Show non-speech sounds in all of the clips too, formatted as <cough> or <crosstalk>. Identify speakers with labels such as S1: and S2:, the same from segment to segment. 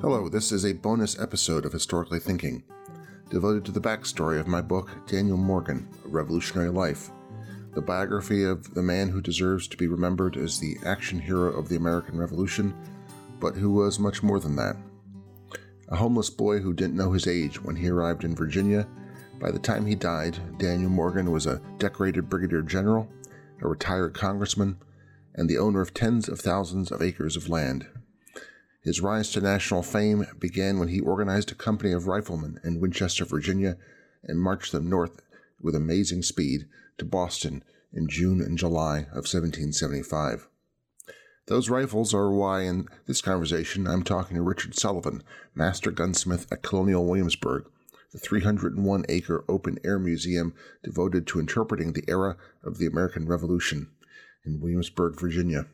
S1: Hello, this is a bonus episode of Historically Thinking, devoted to the backstory of my book, Daniel Morgan A Revolutionary Life, the biography of the man who deserves to be remembered as the action hero of the American Revolution, but who was much more than that. A homeless boy who didn't know his age when he arrived in Virginia, by the time he died, Daniel Morgan was a decorated brigadier general, a retired congressman, and the owner of tens of thousands of acres of land. His rise to national fame began when he organized a company of riflemen in Winchester, Virginia, and marched them north with amazing speed to Boston in June and July of 1775. Those rifles are why, in this conversation, I'm talking to Richard Sullivan, master gunsmith at Colonial Williamsburg, the 301 acre open air museum devoted to interpreting the era of the American Revolution in Williamsburg, Virginia.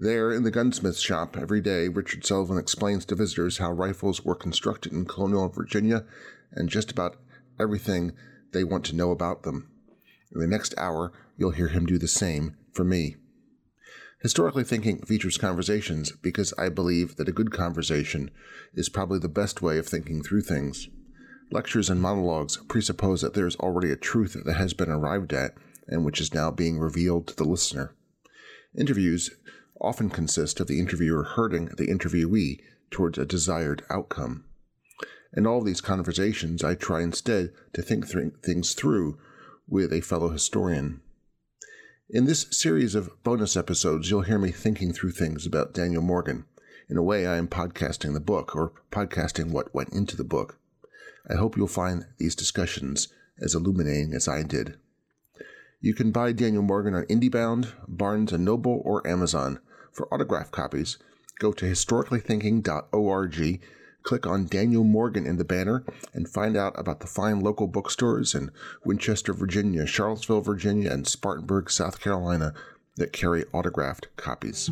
S1: There, in the gunsmith's shop, every day, Richard Sullivan explains to visitors how rifles were constructed in colonial Virginia and just about everything they want to know about them. In the next hour, you'll hear him do the same for me. Historically Thinking features conversations because I believe that a good conversation is probably the best way of thinking through things. Lectures and monologues presuppose that there is already a truth that has been arrived at and which is now being revealed to the listener. Interviews often consist of the interviewer herding the interviewee towards a desired outcome. In all these conversations, I try instead to think th- things through with a fellow historian. In this series of bonus episodes, you'll hear me thinking through things about Daniel Morgan. In a way, I am podcasting the book, or podcasting what went into the book. I hope you'll find these discussions as illuminating as I did. You can buy Daniel Morgan on IndieBound, Barnes & Noble, or Amazon. For autograph copies, go to historicallythinking.org, click on Daniel Morgan in the banner, and find out about the fine local bookstores in Winchester, Virginia, Charlottesville, Virginia, and Spartanburg, South Carolina that carry autographed copies.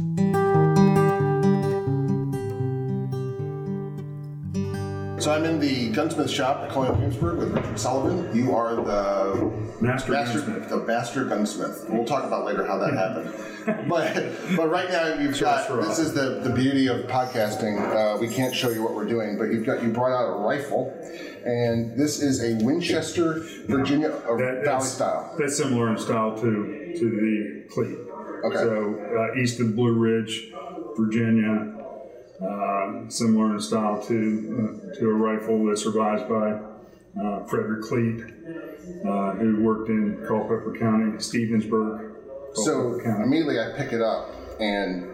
S1: So I'm in the gunsmith shop at Colonial Williamsburg with Richard Sullivan. You are the
S2: Master gunsmith.
S1: the master gunsmith. We'll talk about later how
S2: <laughs>
S1: that happened. but but right now you've got
S2: Sorcerer.
S1: this is the, the beauty of podcasting. Uh, we can't show you what we're doing, but you've got you brought out a rifle, and this is a Winchester, Virginia uh,
S2: That-
S1: Valley
S2: that's-
S1: style.
S2: That's similar in style to to the cleat.
S1: Okay.
S2: So uh, east of Blue Ridge, Virginia, uh, similar in style to uh, to a rifle that survives by uh, Frederick Cleat, uh, who worked in Culpeper County, Stevensburg.
S1: So
S2: Culpeper County.
S1: immediately I pick it up and.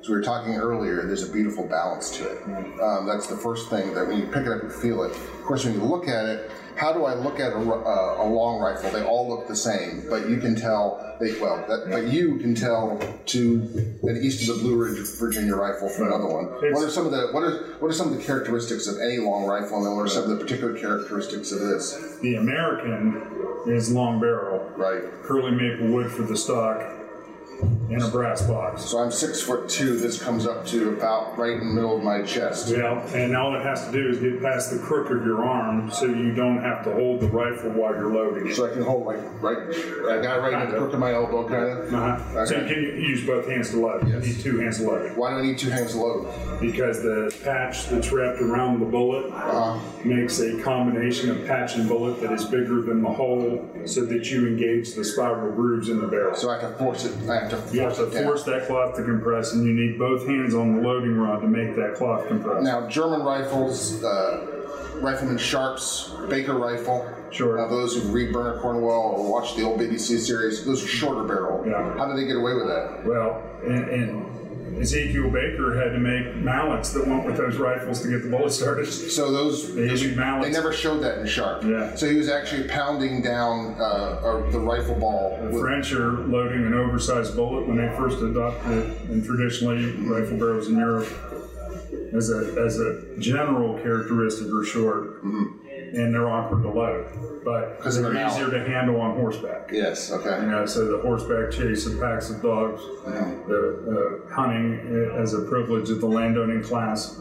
S1: As we were talking earlier, there's a beautiful balance to it. Um, that's the first thing that when you pick it up, you feel it. Of course, when you look at it, how do I look at a, ri- uh, a long rifle? They all look the same, but you can tell. They, well, that, but you can tell to an east of the Blue Ridge Virginia rifle from another one.
S2: It's-
S1: what are some of the what are what are some of the characteristics of any long rifle, and then what are some of the particular characteristics of this?
S2: the American is long barrel,
S1: Right.
S2: curly maple wood for the stock, and a brass box.
S1: So I'm six foot two. This comes up to about right in the middle of my chest.
S2: Yeah, and all it has to do is get past the crook of your arm so you don't have to hold the rifle while you're loading it.
S1: So I can hold like right, I got it right in the crook of my elbow, kind of.
S2: Uh-huh. So you
S1: Okay.
S2: can use both hands to load.
S1: Yes.
S2: You need two hands to load it.
S1: Why do I need two hands to load?
S2: Because the patch that's wrapped around the bullet
S1: Uh,
S2: makes a combination of patch and bullet that is bigger than the hole so that you engage the spiral grooves in the barrel.
S1: So I have to force it. I have to force
S2: you have to
S1: it down.
S2: force that cloth to compress, and you need both hands on the loading rod to make that cloth compress.
S1: Now German rifles, uh, rifleman Sharps, Baker rifle.
S2: Sure.
S1: Now those who read Bernard Cornwell or watch the old BBC series, those are shorter barrel.
S2: Yeah.
S1: How did they get away with that?
S2: Well, and, and Ezekiel Baker had to make mallets that went with those rifles to get the bullet started.
S1: So those
S2: They issued mallets.
S1: they never showed that in Sharp.
S2: Yeah.
S1: So he was actually pounding down uh, uh, the rifle ball.
S2: The
S1: with-
S2: French are loading an oversized bullet when they first adopted it, and traditionally rifle barrels in Europe as a as a general characteristic are short, and they're awkward to load, but
S1: Mm-hmm. 'Cause of the
S2: they're
S1: mallet.
S2: easier to handle on horseback.
S1: yes. Okay.
S2: You know, so the horseback chase of packs of dogs, the uh, hunting as a privilege of the landowning class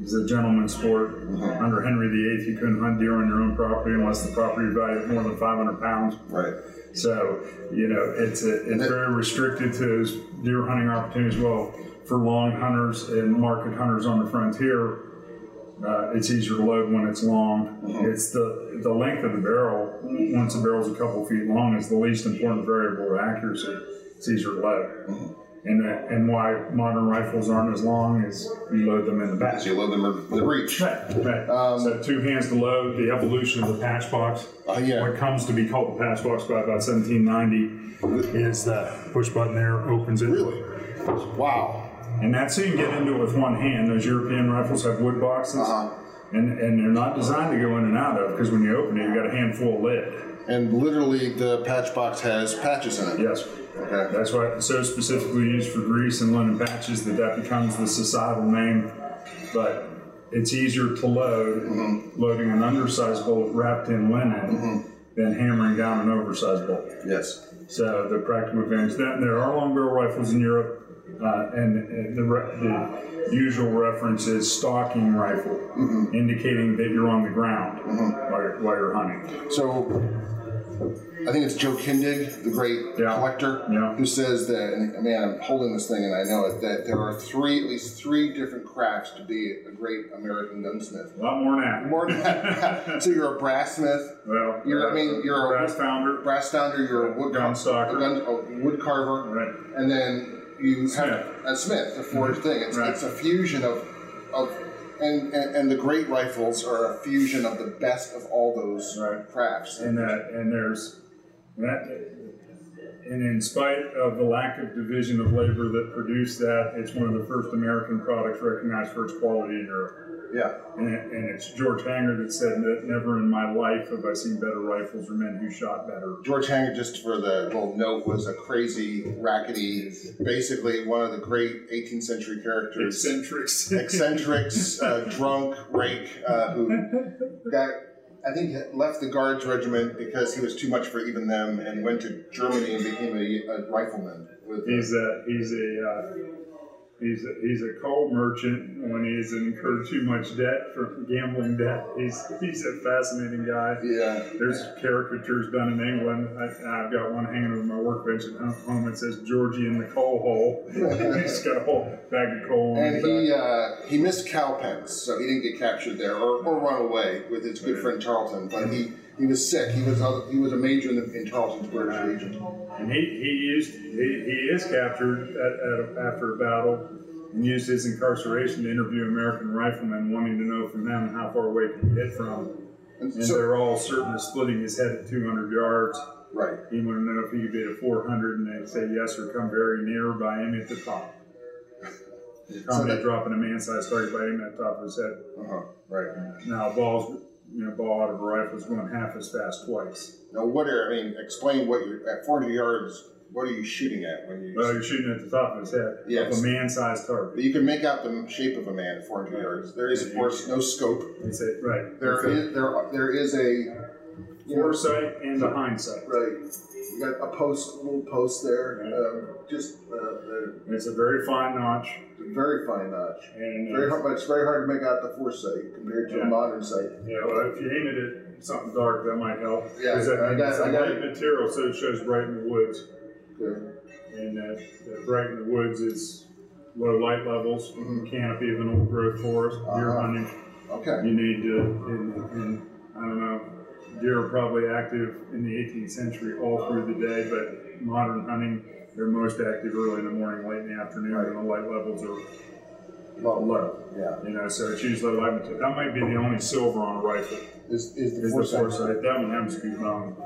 S2: is a gentleman's sport. Under Henry VIII, you couldn't hunt deer on your own property unless the property value was more than 500 pounds.
S1: Right.
S2: So, you know, it's a, it's very restricted to those deer hunting opportunities. Well, for long hunters and market hunters on the frontier, Uh, it's easier to load when it's long. It's the the length of the barrel. Once the barrel's a couple feet long, is the least important variable to accuracy. It's easier to load. And, uh, and why modern rifles aren't as long is you load them in the back.
S3: As you load them in the breech.
S2: Right, right.
S3: Um,
S2: so two hands to load. The evolution of the patch box,
S3: Uh, yeah.
S2: what comes to be called the patch box by about 1790, is that push button there opens it.
S3: Really? Wow.
S2: And that's how you can get into it with one hand. Those European rifles have wood boxes,
S3: Uh-huh.
S2: and, and they're not designed to go in and out of because when you open it, you got a handful of lead.
S3: And literally, the patch box has patches in it.
S2: Yes.
S3: Okay.
S2: That's why it's so specifically used for grease and linen patches that that becomes the societal name. But it's easier to load
S3: Mm-hmm.
S2: loading an undersized bullet wrapped in linen than hammering down an oversized bullet.
S3: Yes.
S2: So the practical advantage. There, there are long barrel rifles in Europe, uh, and uh, the, re- the usual reference is stalking rifle,
S3: Mm-hmm.
S2: indicating that you're on the ground while, you're, while you're hunting.
S3: So, I think it's Joe Kindig, the great
S2: Yeah.
S3: collector,
S2: Yeah.
S3: who says that, and man, I'm holding this thing and I know it, that there are three, at least three different crafts to be a great American gunsmith.
S2: A lot more than that.
S3: More than that, <laughs> so you're a brass smith,
S2: <laughs> Well,
S3: <laughs> You're- I mean, you're a-
S2: brass founder,
S3: brass founder, you're a wood
S2: gun
S3: a,
S2: stalker,
S3: gun, a wood carver,
S2: right?
S3: and then you have
S2: Smith.
S3: a smith, a forged thing. It's,
S2: Mm-hmm. Right.
S3: it's a fusion of, of and, and, and the great rifles are a fusion of the best of all those
S2: Right.
S3: crafts.
S2: and uh, that and there's that and in spite of the lack of division of labor that produced that it's one of the first american products recognized for its quality in europe
S3: yeah,
S2: and, it- and it's george hanger that said that never in my life have i seen better rifles or men who shot better
S3: George Hanger, just for the little note, was a crazy, rackety, basically one of the great 18th century
S2: <laughs>
S3: characters.
S2: eccentrics
S3: eccentrics,
S2: <laughs>
S3: uh, drunk rake uh, who got, I think, had left the Guards regiment because he was too much for even them and went to Germany and became a, a rifleman. With,
S2: he's a he's a uh, He's a, he's a coal merchant when he hasn't incurred too much debt from gambling debt. He's he's a fascinating guy.
S3: yeah,
S2: There's caricatures done in England. I, I've got one hanging over my workbench at home- home. It says Georgie in the coal hole. <laughs> He's got a whole bag of coal. in
S3: and
S2: his
S3: he uh, he missed Cowpens, so he didn't get captured there or, or run away with his good friend Tarleton. But he, he was sick. He was other, he was a major in, the, in Tarleton's British Legion.
S2: back. and he he used he, he is captured at, at a, after a battle and used his incarceration to interview American riflemen, wanting to know from them how far away can he hit from.
S3: And
S2: And
S3: so,
S2: they're all certain of splitting his head at 200 yards.
S3: right.
S2: He wanted to know if he could be at 400, and they'd say yes or come very near by him at the top.
S3: So
S2: Comedy
S3: that-
S2: dropping a man-sized target by him at the top of his head.
S3: Uh-huh, right.
S2: Now, a ball's you know, ball out of a rifle is going half as fast twice.
S3: Now, what are, I mean, explain what you're, at 400 yards, what are you shooting at when you
S2: Well, you're shooting at the top of his head,
S3: Yes.
S2: of a man-sized target.
S3: But you can make out the shape of a man at 400 yards. There is, of course, no scope.
S2: It's a, right.
S3: There
S2: it's
S3: is there there is a
S2: a foresight and a hindsight.
S3: right. You got a post, little post there, um, just uh, the
S2: It's a very fine notch,
S3: very fine notch.
S2: and
S3: Very
S2: uh,
S3: hard, but it's very hard to make out the foresight compared to
S2: Yeah.
S3: a modern sight.
S2: you know, if you aim it at something dark, that might help.
S3: Yeah,
S2: 'Cause that-
S3: I got-
S2: it's a
S3: I got
S2: light material, so it shows bright in the woods,
S3: Good.
S2: and uh, that bright in the woods is low light levels,
S3: Mhm.
S2: canopy of an old growth forest, deer
S3: Uh-huh.
S2: hunting.
S3: Okay.
S2: You need to, in, in, I don't know, deer are probably active in the 18th century all through the day, but modern hunting, they're most active early in the morning, late in the afternoon, and the light levels are
S3: Well,
S2: low.
S3: yeah.
S2: You know, so it's usually light. material. That might be the only silver on a rifle
S3: Is, is the
S2: is the
S3: foresight.
S2: foresight. That one happens to be long.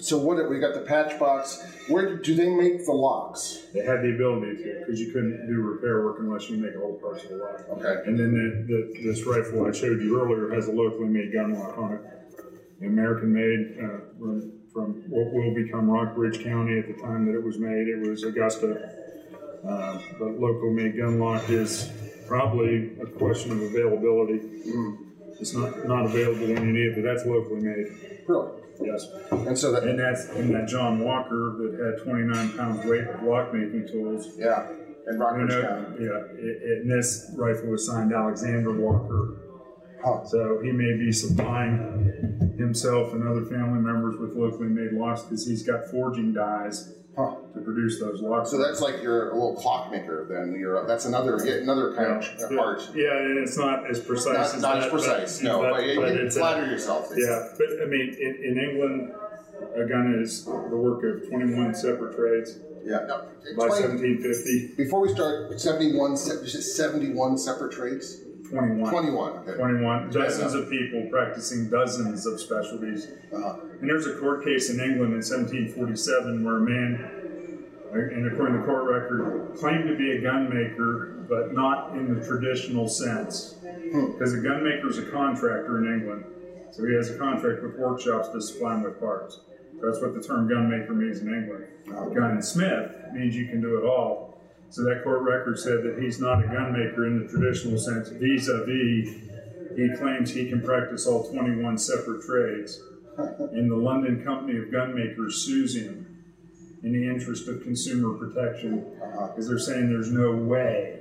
S3: So what we got the patch box. Where do they make the locks?
S2: They had the ability to, because you couldn't do repair work unless you make a whole parts of the rifle.
S3: Okay.
S2: And then the, the, this rifle I showed you earlier has a locally made gun lock on it, American made uh, from, from what will become Rockbridge County at the time that it was made. It was Augusta, uh, but local made gun lock is probably a question of availability. It's not not available when you need it, but that's locally made.
S3: Really.
S2: Yes,
S3: And so that
S2: and that's and that John Walker that had 29 pounds weight of lock making tools.
S3: yeah. And
S2: I don't
S3: Rockridge County.
S2: know, yeah, it- it- and this rifle was signed Alexander Walker.
S3: Huh.
S2: So he may be supplying himself and other family members with locally made locks because he's got forging dies
S3: Huh.
S2: to produce those locks.
S3: So that's like your little clockmaker. Then you're that's another yet another kind of
S2: yeah.
S3: art.
S2: Yeah, and it's not as precise
S3: Not,
S2: as
S3: not
S2: that,
S3: as precise,
S2: but,
S3: no,
S2: but,
S3: but, you
S2: but
S3: can
S2: it's a-
S3: flatter yourself. It's-
S2: yeah, but I mean, in, in England, a gun is the work of 21 separate trades
S3: yeah. No,
S2: by
S3: explain,
S2: 1750.
S3: before we start, 71, se- you said 71 separate trades?
S2: 21.
S3: 21. Okay.
S2: 21 dozens of people practicing dozens of specialties
S3: Uh-huh.
S2: and there's a court case in england in 1747 where a man and according to court record claimed to be a gun maker but not in the traditional sense because a gun maker is a contractor in england so he has a contract with workshops to supply him with parts that's what the term gun maker means in england gunsmith means you can do it all. So that court record said that he's not a gun maker in the traditional sense. Vis-a-vis, he claims he can practice all 21 separate trades. And the London Company of Gun Makers sues him in the interest of consumer protection
S3: Uh-huh.
S2: because they're saying there's no way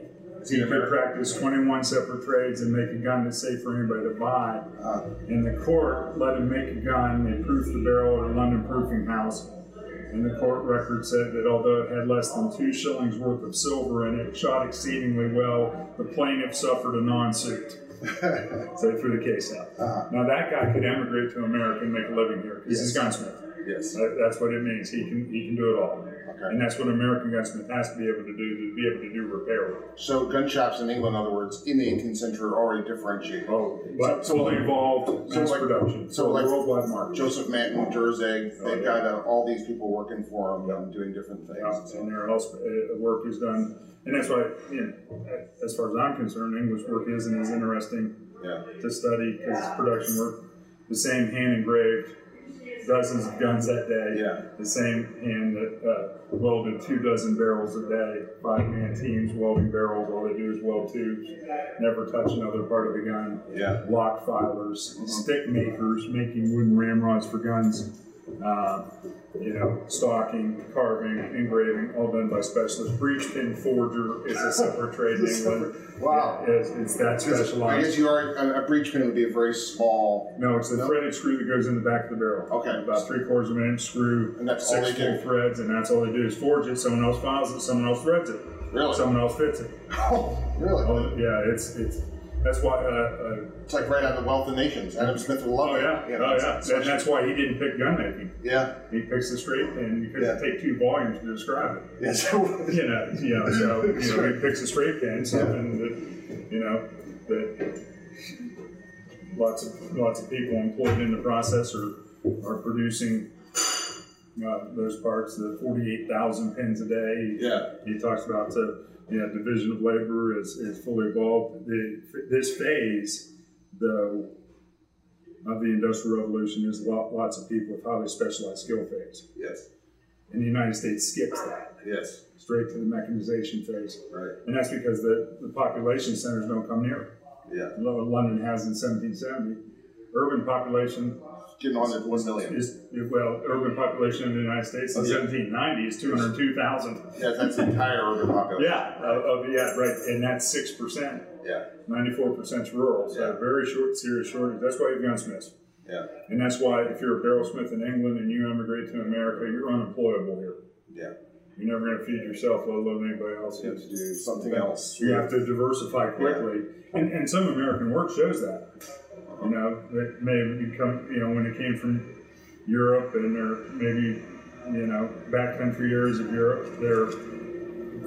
S2: he could practice 21 separate trades and make a gun that's safe for anybody to buy.
S3: Uh,
S2: And the court let him make a gun. They proofed the barrel at a London proofing house. And the court record said that although it had less than two shillings worth of silver in it, shot exceedingly well, the plaintiff suffered a non suit. so they threw the case out.
S3: uh,
S2: Now, that guy could emigrate to America and make a living here because he's a gunsmith.
S3: yes.
S2: That- That's what it means. He can, he can do it all.
S3: Okay.
S2: And that's what an American gunsmith has to be able to do to be able to do repair work.
S3: So gun shops in England, in other words, in the 18th century, are already differentiated.
S2: Oh, but
S3: so- so
S2: fully
S3: like-
S2: involved
S3: so
S2: mass
S3: like-
S2: production.
S3: so
S2: So,
S3: like-
S2: worldwide market.
S3: Joseph Manton, Durzeg,
S2: Oh,
S3: they've
S2: yeah.
S3: got uh, all these people working for them and doing different things.
S2: out and their else uh, work is done. And that's why, you know, as far as I'm concerned, English work isn't as interesting
S3: Yeah.
S2: to study because it's production work. The same hand engraved dozens of guns that day.
S3: Yeah.
S2: The same hand that uh, welded two dozen barrels a day. Five man teams welding barrels. All they do is weld tubes. Never touch another part of the gun
S3: Yeah.
S2: lock filers, stick makers, making wooden ramrods for guns, uh, you know, stocking, carving, engraving, all done by specialists. Breech pin forger is a separate trade in England.
S3: <laughs> Wow.
S2: It's, it's that
S3: I guess
S2: specialized.
S3: you are uh, a, a breech pin would be a very small,
S2: No, it's the threaded screw that goes in the back of the barrel.
S3: Okay.
S2: About three quarters of an inch screw,
S3: And that's all
S2: six
S3: they do?
S2: full threads, and that's all they do is forge it. Someone else files it, someone else threads it,
S3: really. <laughs>
S2: someone else fits it.
S3: really,
S2: Oh, yeah, it's it's that's why uh, uh,
S3: it's like right out of Wealth of Nations. Adam Smith would love
S2: Oh
S3: it.
S2: yeah,
S3: You know,
S2: oh
S3: it's
S2: yeah.
S3: like
S2: And
S3: such-
S2: that's why he didn't pick gun making.
S3: <laughs> yeah,
S2: He picks the straight pin because
S3: Yeah.
S2: it take two volumes to describe it.
S3: yes, it would.
S2: You know, you know, so you know, he picks a straight pin, something that you know that lots of lots of people employed in the process are are producing uh, those parts. The forty-eight thousand pins a day.
S3: yeah.
S2: He talks about the you know, division of labor is, is fully evolved. The, this phase, though, of the Industrial Revolution is lot, lots of people with highly specialized skill phase.
S3: Yes.
S2: And the United States skips that
S3: Yes.
S2: straight to the mechanization phase.
S3: Right.
S2: And that's because the, the population centers don't come near
S3: Yeah.
S2: it. Lo- London has in 1770. Urban population
S3: Getting on to one million.
S2: is, well, urban population in the United States in
S3: Oh, yeah.
S2: 1790 is 202,000.
S3: Yeah, that's the entire urban population.
S2: Yeah, of, of, yeah, right, and that's six percent.
S3: Yeah.
S2: Ninety-four percent rural, so
S3: Yeah.
S2: very short, serious shortage. That's why you've gunsmiths,
S3: Yeah.
S2: and that's why if you're a barrelsmith in England and you emigrate to America, you're unemployable here.
S3: Yeah.
S2: You're never going to feed yourself, let alone anybody else.
S3: You have to do something else.
S2: You have to diversify quickly, and, and some American work shows that. You know, that may have become you know when it came from Europe and or maybe you know backcountry areas of Europe, they're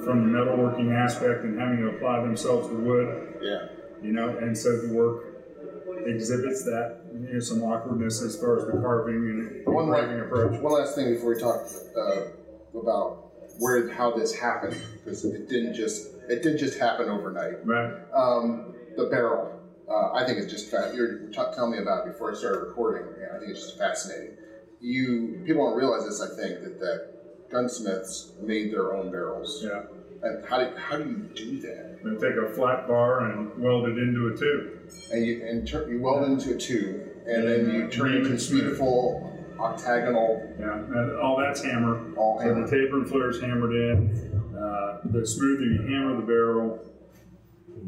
S2: from the metalworking aspect and having to apply themselves to wood.
S3: Yeah.
S2: You know, and so the work exhibits that you know some awkwardness as far as the carving and
S3: One way-
S2: carving approach.
S3: One last thing before we talk uh, about where how this happened because it didn't just it didn't just happen overnight.
S2: Right.
S3: Um, the barrel. Uh, I think it's just fat. You were ta- telling me about it before I started recording. and I think it's just fascinating. You people don't realize this. I think that that gunsmiths made their own barrels.
S2: Yeah.
S3: And how do how do you do that?
S2: They take a flat bar and weld it into a tube.
S3: And you and tur- you weld into a tube, and then you turn
S2: Yeah.
S3: into this beautiful octagonal
S2: Yeah. And all that's hammer.
S3: all
S2: So the
S3: hammer.
S2: taper and flare is hammered in. Uh, the smoother you hammer the barrel,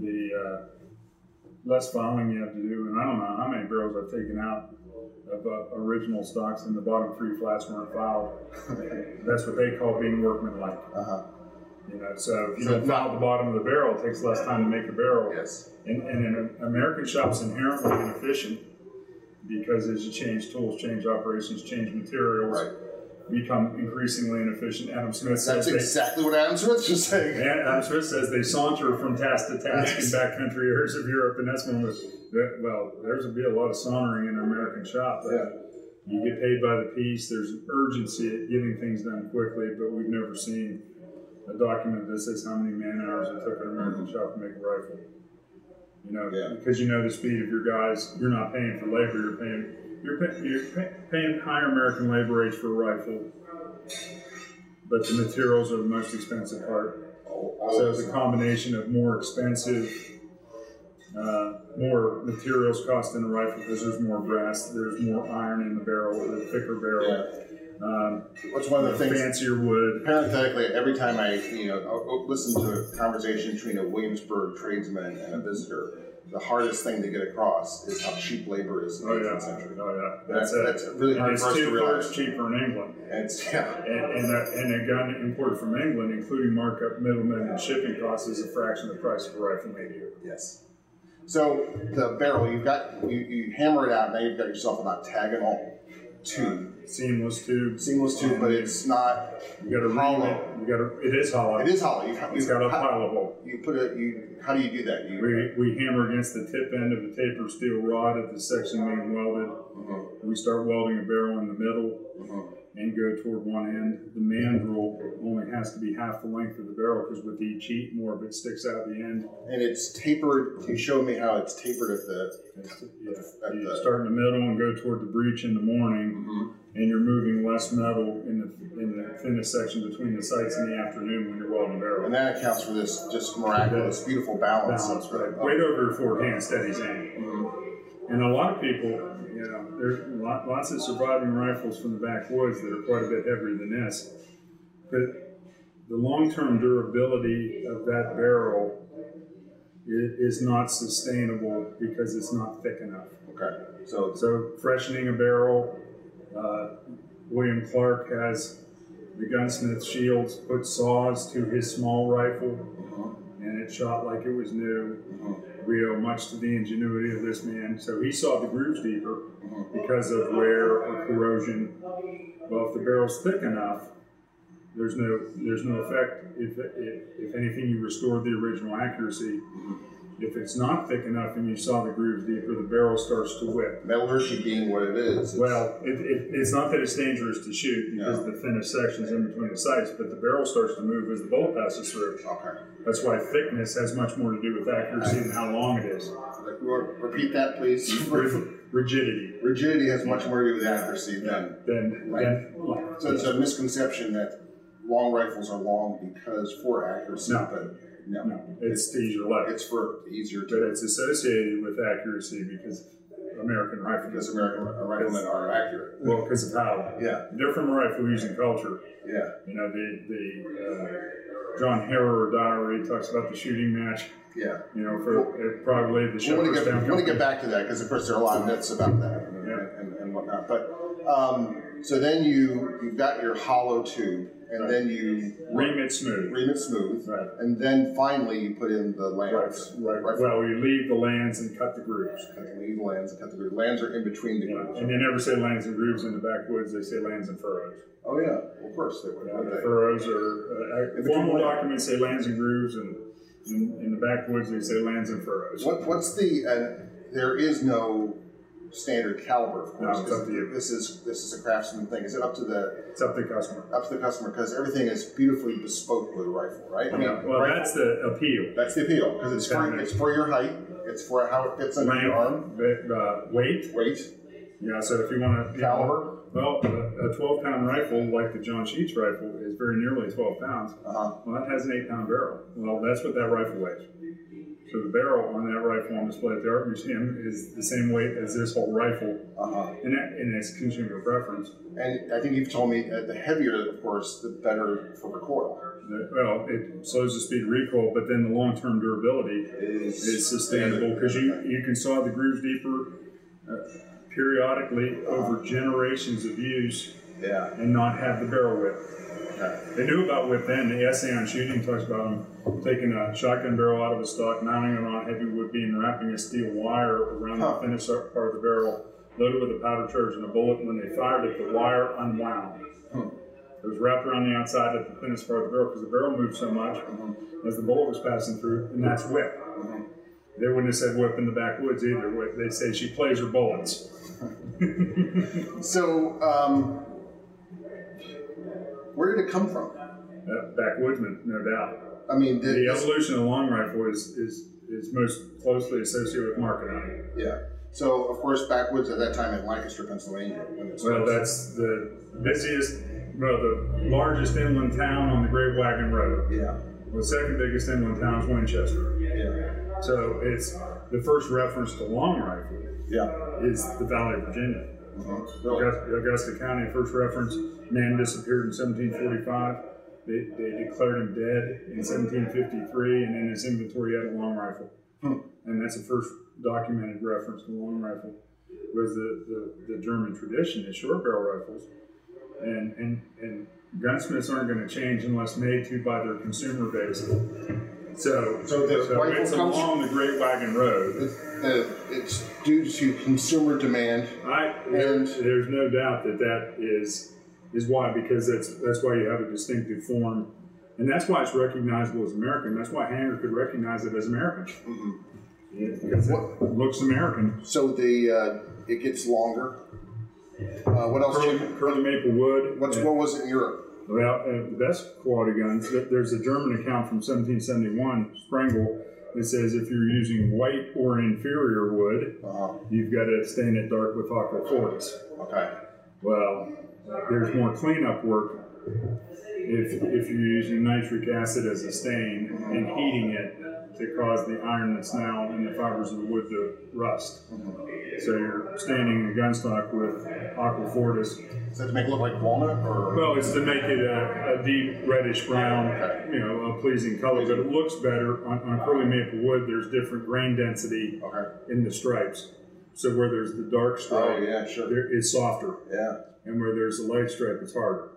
S2: the uh, less filing you have to do. And I don't know how many barrels I've taken out of uh, original stocks and the bottom three flats weren't filed. That's what they call being workmanlike.
S3: <laughs> Uh-huh.
S2: You know, so if you
S3: So-
S2: don't file the bottom of the barrel, it takes less time to make a barrel.
S3: Yes.
S2: And, and an American shop's inherently inefficient because as you change tools, change operations, change materials,
S3: Right.
S2: become increasingly inefficient. Adam Smith
S3: That's
S2: says they,
S3: exactly what Adam Smith just saying.
S2: Adam Smith uh, says they saunter from task to task
S3: Yes.
S2: in backcountry areas of Europe, and that's one of the well, there's be a lot of sauntering in an American shop. But
S3: Yeah.
S2: You get paid by the piece. There's an urgency at getting things done quickly, but we've never seen a document that says how many man hours it took an American shop to make a rifle. You know,
S3: Yeah.
S2: because you know the speed of your guys. You're not paying for labor. You're paying. You're, pay, you're pay, paying higher American labor rates for a rifle, but the materials are the most expensive part.
S3: Oh,
S2: So
S3: oh,
S2: it's a combination of more expensive, uh, more materials cost in a rifle because there's more brass, there's more iron in the barrel, with a thicker barrel,
S3: yeah.
S2: um,
S3: What's one of the things?
S2: fancier wood.
S3: Parenthetically, every time I, you know, I'll- I'll listen to a conversation between a Williamsburg tradesman and a visitor, the hardest thing to get across is how cheap labor is in the
S2: Oh
S3: 18th
S2: yeah,
S3: century.
S2: oh yeah,
S3: That's,
S2: that's it.
S3: that's really
S2: And
S3: hard
S2: it's
S3: for us to
S2: two thirds
S3: realize.
S2: cheaper in England,
S3: It's, yeah,
S2: and, and a, and a gun imported from England, including markup, middlemen, and shipping costs, is a fraction of the price of a rifle made here.
S3: yes. So the barrel, you've got, you, you hammer it out, now you've got yourself an octagonal tube.
S2: Seamless tubes,
S3: Seamless tube, but it's not,
S2: you gotta roll it, you gotta, it is hollow,
S3: it is hollow. You've,
S2: it's
S3: you've
S2: got a
S3: how,
S2: pile of holes.
S3: you put it, you, how do you do that? You,
S2: We, we hammer against the tip end of a tapered steel rod at the section being welded.
S3: Mhm,
S2: We start welding a barrel in the middle
S3: mhm.
S2: and go toward one end. The mandrel only has to be half the length of the barrel because with each heat, more of it sticks out the end.
S3: And it's tapered, you showed me how it's tapered at the,
S2: Yeah. You start in the middle and go toward the breech in the morning,
S3: mhm.
S2: and you're moving less metal in the, in the thinnest section between the sights in the afternoon when you're welding a
S3: And
S2: barrel.
S3: that accounts for this just miraculous, beautiful balance.
S2: Balance,
S3: that's
S2: right? Mm-hmm.
S3: really-
S2: Weight over your forehand steadies aim.
S3: Mhm.
S2: And a lot of people, you know, there's lot, lots of surviving rifles from the backwoods that are quite a bit heavier than this. But the long term durability of that barrel i- is not sustainable because it's not thick enough.
S3: Okay, so,
S2: So, freshening a barrel, uh, William Clark has the gunsmith Shields put saws to his small rifle
S3: mhm,
S2: and it shot like it was new.
S3: mhm,
S2: We owe much to the ingenuity of this man. So he saw the grooves deeper
S3: mhm.
S2: because of wear or corrosion. Well, if the barrel's thick enough, there's no there's no effect. If if, if anything, you restored the original accuracy. If it's not thick enough and you saw the grooves deeper, the barrel starts to whip.
S3: metallurgy being what it is. it's-
S2: Well, it, it, it's not that it's dangerous to shoot because
S3: No.
S2: the thinnest sections in between the sights, but the barrel starts to move as the bullet passes through.
S3: Okay,
S2: That's why thickness has much more to do with accuracy than how long it is.
S3: Re- repeat
S2: <laughs>
S3: that, please.
S2: Rigidity.
S3: Rigidity has much more to do with accuracy than,
S2: Then, then
S3: so it's a misconception that long rifles are long because for accuracy,
S2: No.
S3: but no.
S2: no, it's these are light.
S3: It's for easier
S2: but
S3: to,
S2: it's associated with accuracy because American rifle
S3: because American uh, riflemen are accurate.
S2: well because of how
S3: Yeah,
S2: different rifle using culture.
S3: yeah,
S2: You know the the uh, John Harrow diary talks about the shooting match.
S3: yeah.
S2: You know for uh, probably the
S3: We want to get,
S2: Shepherdstown
S3: we want to
S2: Company.
S3: get back to that because of course there are a lot of myths about that and,
S2: Yeah.
S3: and, and whatnot. But um, so then you you've got your hollow tube and then you
S2: ream it smooth.
S3: ream it smooth
S2: Right.
S3: and then finally you put in the
S2: Right,
S3: lands.
S2: right, Well, we leave the lands and cut the grooves.
S3: Cut the lead lands and cut the grooves. Lands are in between the
S2: You know,
S3: grooves.
S2: and they never say lands and grooves in the backwoods. They say lands and furrows.
S3: Oh yeah, of course they would.
S2: Yeah,
S3: wouldn't
S2: the
S3: they?
S2: furrows are, uh,
S3: In between
S2: formal
S3: land.
S2: documents say lands and grooves, and in, in the backwoods, they say lands and furrows.
S3: What, what's the? Uh, there is no standard caliber, of course.
S2: No, it's up to you.
S3: This is this is a craftsman thing. Is it up to the
S2: It's up to the customer.
S3: up to the customer? Because everything is beautifully bespoke with a rifle, right? I mean,
S2: Yeah, Well,
S3: rifle-
S2: that's the appeal.
S3: That's the appeal because it's for it's for your height. It's for how it fits under your arm,
S2: Length, but, uh, weight,
S3: weight,
S2: yeah, so if you wanna.
S3: caliber.
S2: Well, a a twelve pound rifle, like the John Sheets rifle, is very nearly twelve pounds.
S3: Uh-huh.
S2: Well, that has an eight pound barrel. Well, that's what that rifle weighs. So the barrel on that rifle on display at the art museum is the same weight as this whole rifle,
S3: Uh-huh.
S2: and that, and it's consumer preference.
S3: And I think you've told me that the heavier, of course, the better for recoil.
S2: the- well, it slows the speed of recoil, but then the long-term durability
S3: Is,
S2: is sustainable because you, you can saw the grooves deeper uh, periodically over generations of use
S3: Yeah.
S2: and not have the barrel whip.
S3: Okay.
S2: They knew about whip then. The essay on shooting talks about them taking a shotgun barrel out of a stock, mounting it on a heavy wood beam, wrapping a steel wire around
S3: Huh.
S2: the finished part of the barrel, loaded with a powder charge and a bullet. And when they fired it, the wire unwound.
S3: Hmm.
S2: It was wrapped around the outside of the finished part of the barrel because the barrel moved so much as the bullet was passing through, and that's whip.
S3: Mhm.
S2: They wouldn't have said whip in the backwoods either. Whip- They'd say she plays her bullets. <laughs>
S3: So, um, where did it come from?
S2: Uh, backwoodsman, no doubt.
S3: I mean, did
S2: The evolution of the long rifle is, is, is most closely associated with marketing.
S3: yeah. So, of course, backwoods at that time in Lancaster, Pennsylvania. When it
S2: Well,
S3: was-
S2: that's the busiest, well, the largest inland town on the Great Wagon Road.
S3: yeah,
S2: The second biggest inland town is Winchester.
S3: yeah,
S2: So it's the first reference to long rifle
S3: yeah.
S2: is the Valley of Virginia.
S3: Mhm.
S2: Augusta, Augusta County, first reference, man disappeared in 1745. They, they declared him dead in 1753, and in his inventory he had a long rifle.
S3: Hmm.
S2: And that's the first documented reference to long rifle was the, the, the German tradition is short barrel rifles. And, and, and gunsmiths aren't going to change unless made to by their consumer base. So,
S3: So the
S2: so
S3: rifle
S2: it's
S3: comes-
S2: along the Great Wagon Road.
S3: It's, uh, it's due to consumer demand.
S2: I
S3: And-
S2: there's no doubt that that is is why because that's that's why you have a distinctive form, and that's why it's recognizable as American. That's why Hanger could recognize it as American
S3: Mhm.
S2: because it looks American.
S3: So the uh, it gets longer. Uh, what else?
S2: Curly,
S3: Jim?
S2: curly maple wood.
S3: What's
S2: and-
S3: what was it in Europe?
S2: Well, uh, the best quality guns, th- there's a German account from 1771, Sprengel, that says if you're using white or inferior wood,
S3: Uh,
S2: you've got to stain it dark with Hawker 40s.
S3: okay.
S2: Well, there's more cleanup work if, if you're using nitric acid as a stain and heating it to cause the iron that's now in the fibers of the wood to rust. So you're staining a gun stock with aquafortis.
S3: Is that to make it look like walnut or?
S2: Well, it's to make it a, a deep reddish brown, you know, a pleasing color, but it looks better on, on curly maple wood. There's different grain density
S3: Okay.
S2: in the stripes. So where there's the dark
S3: Oh
S2: stripe,
S3: yeah, sure.
S2: there, it's softer
S3: Yeah.
S2: and where there's a light stripe, it's harder.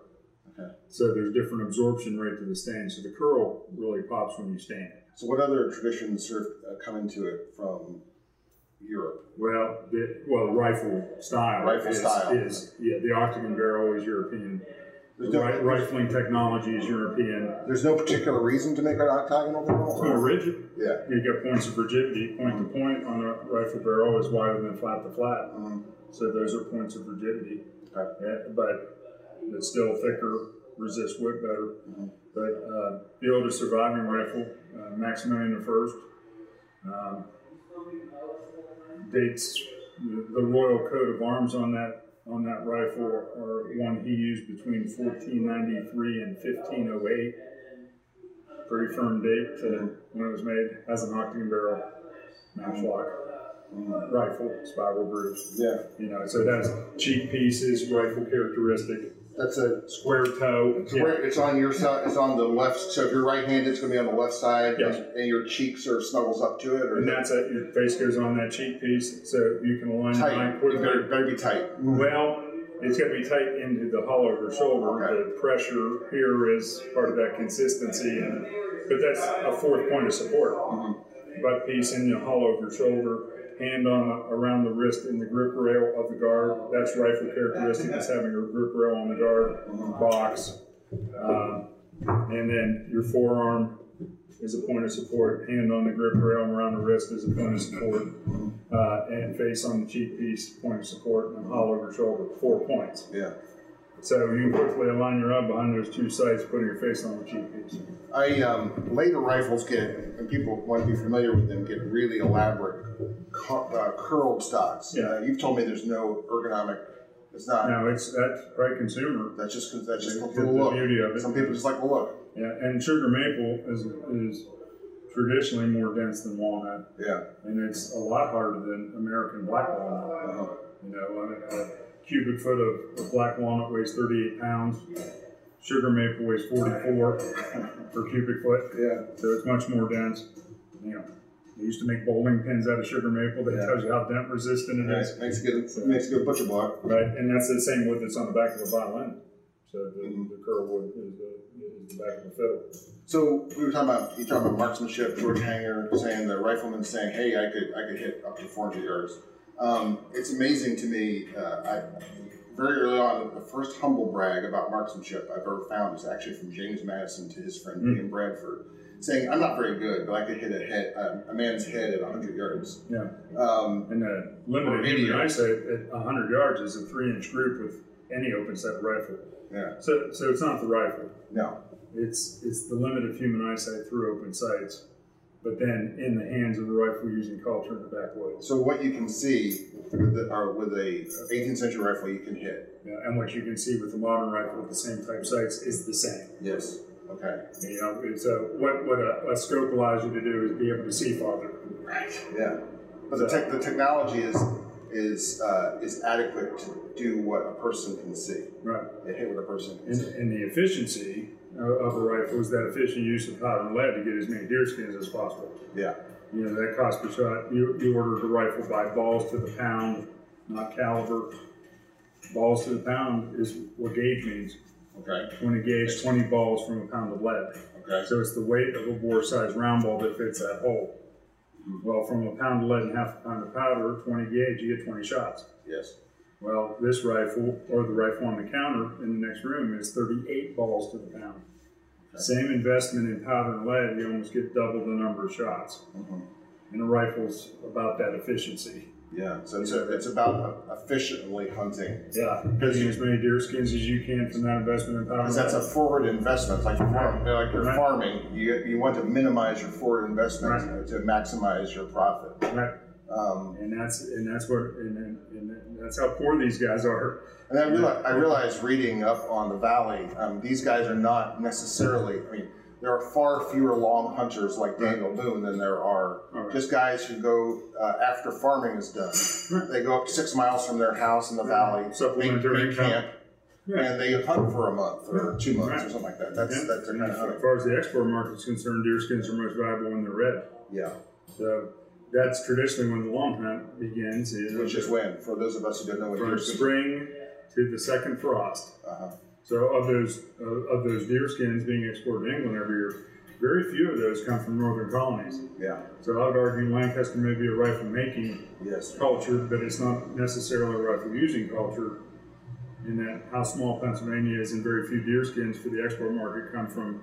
S3: Okay.
S2: So there's different absorption rate to the stain. So the curl really pops when you stain it.
S3: So what other traditions sort of uh, come into it from Europe?
S2: Well, the well rifle style.
S3: Rifle
S2: is,
S3: style.
S2: is yeah. The octagon barrel is European.
S3: There's
S2: The
S3: no,
S2: ri- rifling technology is European.
S3: there's no particular reason to make an octagonal barrel.
S2: It's more
S3: or-
S2: rigid.
S3: Yeah.
S2: You get points of rigidity. Point to point on a rifle barrel is wider than flat to flat.
S3: Mhm.
S2: So those are points of rigidity.
S3: Okay.
S2: Yeah, but it's still thicker, resists whip better.
S3: Mhm.
S2: But uh, the oldest surviving rifle, uh, Maximilian I, um, dates the the royal coat of arms on that on that rifle or one he used between 1493 and 1508. Pretty firm date to when it was made as an octagon barrel matchlock rifle, spiral grooves
S3: Yeah.
S2: you know, so that's cheap pieces, rifle characteristic,
S3: That's a
S2: square toe.
S3: So where it's on your side, it's on the left. So if your right hand is going to be on the left side,
S2: Yes.
S3: and, and your cheek sort of snuggles up to it, or
S2: And that's it, your face goes on that cheek piece, so you can align your
S3: tight.
S2: line
S3: It better,
S2: quickly.
S3: better be tight.
S2: Well, it's gonna be tight into the hollow of your shoulder,
S3: Okay.
S2: the pressure here is part of that consistency, and, but that's a fourth point of support. Butt piece in the hollow of your shoulder, hand on, the- around the wrist in the grip rail of the guard, that's rifle characteristic, is having your grip rail on the guard, box. Um, And then your forearm is a point of support, hand on the grip rail and around the wrist is a point of support, uh, and face on the cheek piece, point of support, and hollow of your shoulder, four points.
S3: Yeah.
S2: So you can quickly align your eye behind those two sights, putting your face on the cheek piece.
S3: I um, later rifles get, and people might be familiar with them, get really elaborate cu- uh, curled stocks.
S2: Yeah.
S3: Uh, you've told me there's no ergonomic. It's not.
S2: Now, it's, that's right consumer,
S3: That's just 'cause- that's just
S2: The-
S3: the
S2: the
S3: look.
S2: beauty of it.
S3: Some people just like the look.
S2: Yeah, and sugar maple is is traditionally more dense than walnut,
S3: Yeah.
S2: and it's a lot harder than American black walnut.
S3: Uh-huh.
S2: You know, I mean, a cubic foot of, of black walnut weighs 38 pounds. Sugar maple weighs 44 per cubic foot,
S3: Yeah.
S2: so it's much more dense. You know, they used to make bowling pins out of sugar maple that
S3: Yeah.
S2: tells you how dent resistant it
S3: Nice.
S2: is,
S3: Makes a good makes a good butcher block.
S2: right? And that's the same wood that's on the back of a violin. So the,
S3: Mhm.
S2: the curl wood is the, is the back of the fiddle.
S3: So we were talking about you talking about marksmanship. George Hanger saying the rifleman saying, "Hey, I could I could hit up to 400 yards." Um, it's amazing to me. Uh, I, very early on, the first humble brag about marksmanship I've ever found is actually from James Madison to his friend
S2: Mm.
S3: William Bradford, saying, "I'm not very good, but I could hit a head a, a man's head at 100 yards."
S2: Yeah.
S3: Um,
S2: And the
S3: Or
S2: limited
S3: any
S2: human
S3: yards.
S2: eyesight at 100 yards is a three inch group with any open set rifle.
S3: yeah.
S2: So, so it's not the rifle.
S3: No.
S2: It's it's the limit of human eyesight through open sights, but then in the hands of the rifle using culture in the backwoods.
S3: So what you can see with the, or with a 18th century rifle, you can hit.
S2: Yeah, and what you can see with the modern rifle with the same type sights is the same.
S3: Yes. Okay.
S2: You know, it's a, what what a, a scope allows you to do is be able to see farther.
S3: Yeah, but the, tech the technology is is uh, is adequate to do what a person can see.
S2: Right.
S3: It hit what a person can
S2: And,
S3: see.
S2: and the efficiency of, of a rifle is that efficient use of powder and lead to get as many deer skins as possible.
S3: Yeah.
S2: You know, that cost per shot, you, you order the rifle by balls to the pound, not caliber. Balls to the pound is what gauge means.
S3: Okay.
S2: 20 gauge, 20 balls from a pound of lead.
S3: Okay.
S2: So it's the weight of a bore sized round ball that fits that hole. Well, from a pound of lead and half a pound of powder, 20 gauge, you get 20 shots.
S3: Yes.
S2: Well, this rifle, or the rifle on the counter in the next room, is 38 balls to the pound. Same investment in powder and lead, you almost get double the number of shots.
S3: Mhm.
S2: And a rifle's about that efficiency.
S3: Yeah. So it's, a, it's about efficiently hunting
S2: Yeah. Getting as many deer skins as you can from that investment in powder and
S3: because
S2: lead.
S3: that's a forward investment. It's Like you're farm, like you're
S2: Right.
S3: farming, you, you want to minimize your forward investment to maximize your profit.
S2: Right.
S3: Um,
S2: And that's and that's what and, and, and that's how poor these guys are.
S3: And I realized, I realized reading up on the valley, um, these guys are not necessarily. I mean, there are far fewer long hunters like Daniel Boone than there are
S2: Alright.
S3: just guys who go uh, after farming is done. They go up six miles from their house in the valley, make,
S2: Supplementary
S3: make
S2: income.
S3: camp,
S2: Yeah.
S3: and they hunt for a month or two months or
S2: Right.
S3: something like that. That's
S2: Yeah.
S3: that's their kind of
S2: as
S3: hunting.
S2: far as the export market is concerned, deer skins are most valuable when they're red.
S3: Yeah,
S2: So that's traditionally when the long hunt begins. Is
S3: which is when for those of us who don't know what
S2: from
S3: deer season.
S2: spring to the second frost.
S3: Uh-huh.
S2: So of those uh, of those deer skins being exported to England every year, very few of those come from northern colonies.
S3: Yeah.
S2: So I would argue Lancaster may be a rifle making
S3: Yes.
S2: culture, but it's not necessarily a rifle using culture. In that how small Pennsylvania is, and very few deer skins for the export market come from.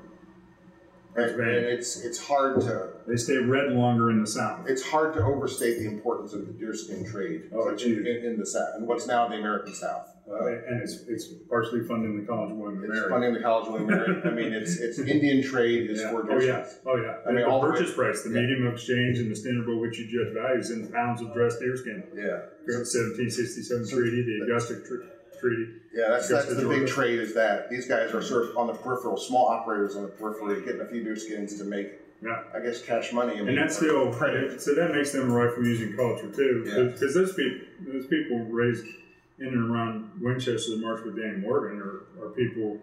S3: And, and it's it's hard to
S2: They stay red longer in the south.
S3: It's hard to overstate the importance of the deerskin trade
S2: Oh, it's
S3: in,
S2: huge.
S3: in, in the South, in what's now the American South.
S2: Uh,
S3: Uh,
S2: and it's it's partially funding the College of Women
S3: it's
S2: Marriage.
S3: funding the college of women. I mean, it's
S2: <laughs>
S3: it's Indian trade is
S2: Yeah.
S3: for
S2: Oh,
S3: deerskins.
S2: yeah. Oh, yeah.
S3: I mean,
S2: the
S3: all the way-
S2: purchase price, the
S3: yeah.
S2: medium of exchange, and the standard by which you judge values in pounds of dressed deerskin.
S3: yeah,
S2: Great 1767 treaty, the Augusta tr- treaty.
S3: yeah. That's
S2: Just
S3: that's
S2: the
S3: the big
S2: Georgia.
S3: trade is that these guys are sort of on the peripheral, small operators on the periphery, getting a few deerskins to make,
S2: Yeah.
S3: I guess, cash money. I mean,
S2: And that's
S3: or
S2: still,
S3: credit.
S2: so that makes them a rifle using culture too.
S3: Yeah.
S2: Because those, people, those people raised in and around Winchester, the March with Dan Morgan, are, are people,